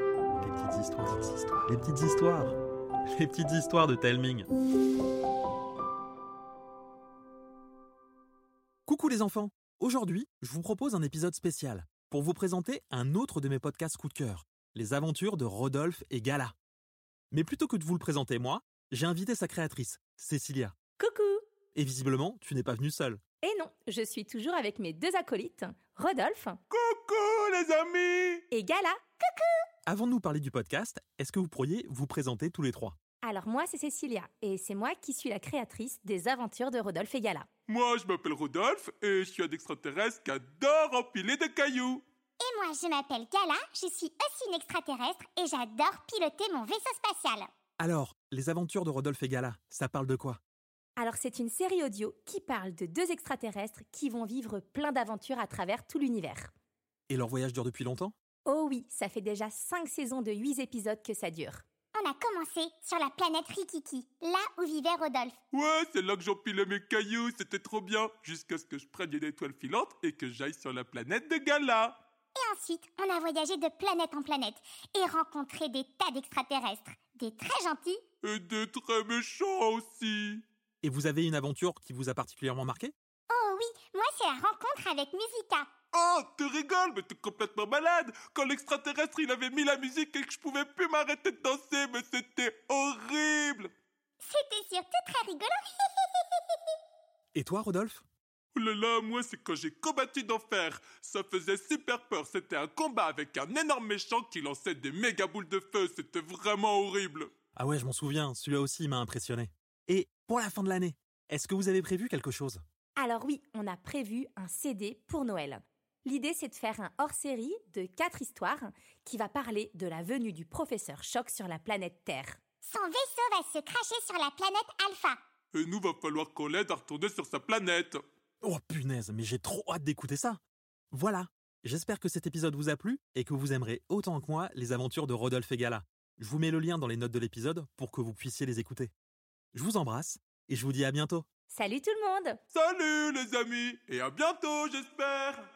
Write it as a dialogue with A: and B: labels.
A: petites histoires, les petites histoires, les petites histoires, les petites histoires de Telming. Coucou les enfants. Aujourd'hui, je vous propose un épisode spécial pour vous présenter un autre de mes podcasts coup de cœur, les aventures de Rodolphe et Gala. Mais plutôt que de vous le présenter moi, j'ai invité sa créatrice, Cécilia.
B: Coucou
A: Et visiblement, tu n'es pas venue seule.
B: Et non, je suis toujours avec mes deux acolytes, Rodolphe
C: Coucou les amis
B: et Gala.
A: Avant de nous parler du podcast, est-ce que vous pourriez vous présenter tous les trois
B: Alors moi, c'est Cécilia, et c'est moi qui suis la créatrice des aventures de Rodolphe et Gala.
C: Moi je m'appelle Rodolphe et je suis un extraterrestre qui adore empiler des cailloux.
D: Et moi, je m'appelle Gala, je suis aussi une extraterrestre et j'adore piloter mon vaisseau spatial.
A: Alors, les aventures de Rodolphe et Gala, ça parle de quoi
B: Alors c'est une série audio qui parle de deux extraterrestres qui vont vivre plein d'aventures à travers tout l'univers.
A: Et leur voyage dure depuis longtemps
B: Oh oui, ça fait déjà cinq saisons de huit épisodes que ça dure.
D: On a commencé sur la planète Rikiki, là où vivait Rodolphe.
C: Ouais, c'est là que j'empilais mes cailloux, c'était trop bien, jusqu'à ce que je prenne une étoile filante et que j'aille sur la planète de Gala.
D: Et ensuite, on a voyagé de planète en planète et rencontré des tas d'extraterrestres, des très gentils.
C: Et des très méchants aussi.
A: Et vous avez une aventure qui vous a particulièrement marqué
D: Oh oui, moi, c'est la rencontre avec Musica.
C: Oh, tu rigoles, mais t'es complètement malade Quand l'extraterrestre il avait mis la musique et que je pouvais plus m'arrêter de danser, mais c'était horrible
D: C'était surtout très rigolo.
A: Et toi, Rodolphe
C: Oh là là, moi c'est quand j'ai combattu d'enfer. Ça faisait super peur, c'était un combat avec un énorme méchant qui lançait des méga boules de feu, c'était vraiment horrible.
A: Ah ouais, je m'en souviens, celui-là aussi il m'a impressionné. Et pour la fin de l'année, est-ce que vous avez prévu quelque chose
B: Alors oui, on a prévu un CD pour Noël. L'idée, c'est de faire un hors-série de quatre histoires qui va parler de la venue du professeur Choc sur la planète Terre.
D: Son vaisseau va se cracher sur la planète Alpha.
C: Et nous va falloir qu'on l'aide à retourner sur sa planète.
A: Oh punaise, mais j'ai trop hâte d'écouter ça Voilà, j'espère que cet épisode vous a plu et que vous aimerez autant que moi les aventures de Rodolphe et Gala. Je vous mets le lien dans les notes de l'épisode pour que vous puissiez les écouter. Je vous embrasse et je vous dis à bientôt
B: Salut tout le monde
C: Salut les amis, et à bientôt j'espère